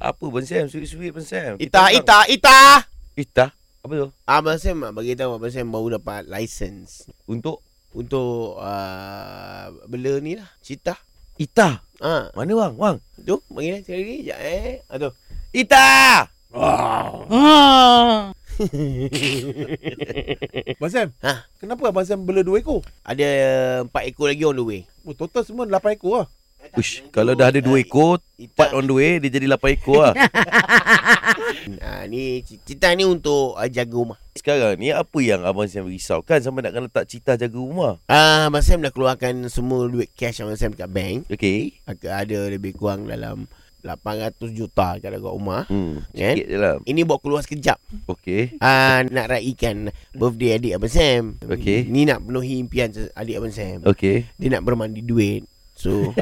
Apa Abang Sam? Sweet-sweet Abang Sam. Ita, Kita Ita, Ita. orang- Ita. Apa tu? Abang Sam nak bagi tahu Abang Sam baru dapat license Untuk untuk uh, bela ni lah, cita. Ita. Ah, Mana Wang? Wang. tu panggil dia sekali lagi. Jap eh. Ah tu. Ita! Ah. Abang Sam Ha? Kenapa Abang Sam bela dua ekor? Ada empat ekor lagi on the way. Oh, total semua lapan ekor lah Ush, kalau dah ada dua ekor, Ita. part on the way, dia jadi lapan ekor lah. Ah ni cita ni untuk uh, jaga rumah. Sekarang ni, apa yang Abang Sam risaukan sama nak kena letak cita jaga rumah? Ah, Abang Sam dah keluarkan semua duit cash Abang Sam kat bank. Okay. Ak- Ada lebih kurang dalam 800 juta kat dekat rumah. Hmm, Eh? sikit je lah. Ini buat keluar sekejap. Okay. Ah, nak raikan birthday adik Abang Sam. Okey. Ni nak penuhi impian se- adik Abang Sam. Okay. Dia nak bermandi duit. So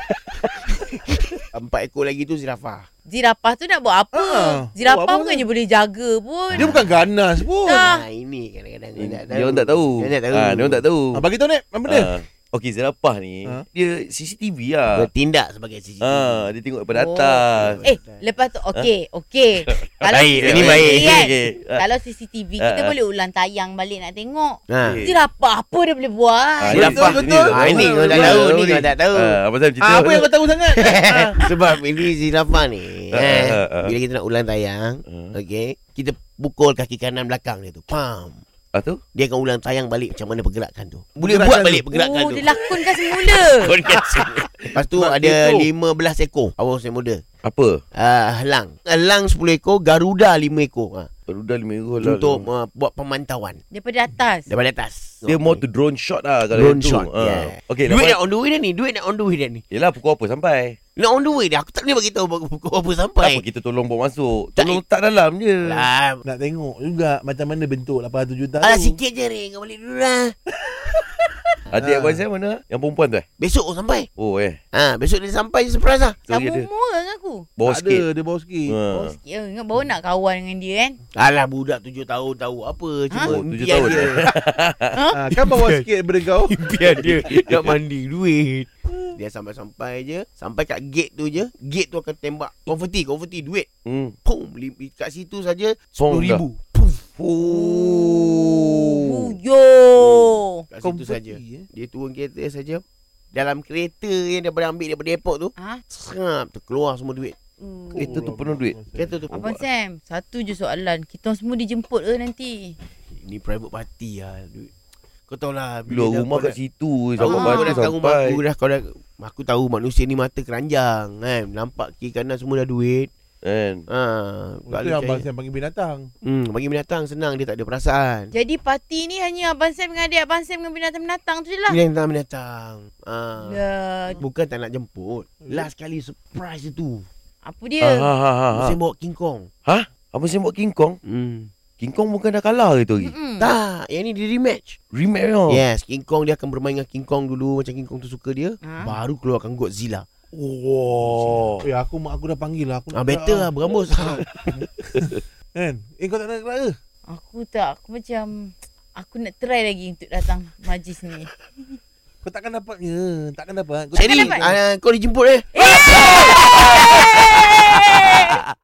Empat ekor lagi tu zirafah Zirapah tu nak buat apa? Ah, buat Zirapah apa bukannya kan? boleh jaga pun. Dia bukan ganas pun Tak. ha, Ah. ah. Ini kadang-kadang dia Dia orang tak tahu. Dia tak tahu Ah, dia orang tak tahu. Bagi tahu Nek Apa benda? Ah. Okey, zirapah ni, Ah. dia CCTV lah. Bertindak sebagai CCTV Ah, dia tengok daripada Oh. atas. Eh, lepas tu okey, okey. Kalau Baik, CCTV ini baik. kan, Okey, Ah, okey. Kalau CCTV kita Ah, ah. boleh ulang tayang balik nak tengok. ha. Eh. Zirapah apa dia boleh buat? Ah, Betul, zirapah betul. ni tak Ah, ini tahu. kau tak Dia tahu, ni kau tak tahu. Ah, Abang Sam cerita. Ah, Apa yang kau tahu sangat? Ah. Sebab ini zirafah ni Ah, eh, ah, ah. Bila kita nak ulang tayang Ah. Okay Kita pukul kaki kanan belakang dia tu Pam Ah, tu? Dia akan ulang tayang balik Macam mana pergerakan tu Boleh Pergerakan buat tu. balik pergerakan oh, tu dia lakonkan semula. Lepas tu Sebab ada itu. 15 ekor Awal usia muda Apa? Ah, Helang Helang 10 ekor Garuda 5 ekor ha. Rudal merah lah. Untuk uh, buat pemantauan Daripada atas. Daripada atas dia more to drone shot lah kalau Drone yang tu. shot, Ah. yeah. Okey, Duit lepas nak on the way dah ni Duit nak on the way dah ni Yelah pukul apa sampai Nak on the way dah Aku tak boleh beritahu Pukul apa Tak sampai apa kita tolong bawa masuk Tak, Tolong letak dalam je Lah Nak tengok juga Macam mana bentuk 800 juta Alah tu sikit je Ring Kau balik dulu lah Adik abang saya mana? Yang perempuan tu eh? Besok kau sampai Oh eh ha, Besok dia sampai je surprise lah Sorry Sama ada umur dengan aku. Bawa Tak sikit ada Dia bawa sikit Ah. Ya, ingat baru nak kawan dengan dia kan. Alah budak tujuh tahun tahu apa Cuma Oh, ha? tujuh impian tahun. dia Ah, Kan bawa sikit daripada kau Impian dia Nak mandi duit Dia sampai-sampai je Sampai kat gate tu je Gate tu akan tembak Konverti Konverti duit Hmm. Pum lim- Kat situ saja Song dah. RM10,000 Pum Oh. Yo. Kat situ saja Konverti, eh. Dia turun kereta saja Dalam kereta yang daripada ambil daripada airport tu Ha? Serap terkeluar semua duit Uh. Kereta Oh, tu penuh duit Kereta tu Abang Sam, satu je soalan. Kita orang semua dijemput ke nanti? Ni private party lah duit. Kau tahu lah Keluar dah rumah kau kat dah- situ Kau Sampai Ah. batu dah kat rumah sampai aku dah lah, kau dah Aku tahu manusia ni mata keranjang kan Nampak kiri kanan semua dah duit Kan ha, tak Itu boleh yang Abang percaya. Sam panggil binatang hmm, Bagi binatang senang dia tak ada perasaan Jadi parti ni hanya Abang Sam dengan adik Abang Sam dengan binatang-binatang tu je Ya. lah. Binatang-binatang ha. Ya. Bukan tak nak jemput Last kali surprise itu Apa Ha dia? ha ha ha Saya bawa King Kong Abang Sam buat King Kong hmm. King Kong bukan dah kalah ke tu lagi Mm-mm. Tak Yang ni dia rematch Rematch tau Yes King Kong dia akan bermain dengan King Kong dulu Macam King Kong tu suka dia Ha? Baru keluarkan Godzilla Wow Eh aku mak aku dah panggil lah aku ah, Better lah berambus Kan Eh kau tak nak gerak ke? Aku tak. Aku macam... Aku nak try lagi untuk datang majlis ni. Kau takkan dapatnya Takkan dapat Kau Saya ni Takkan dapat. ah, Kau dijemput eh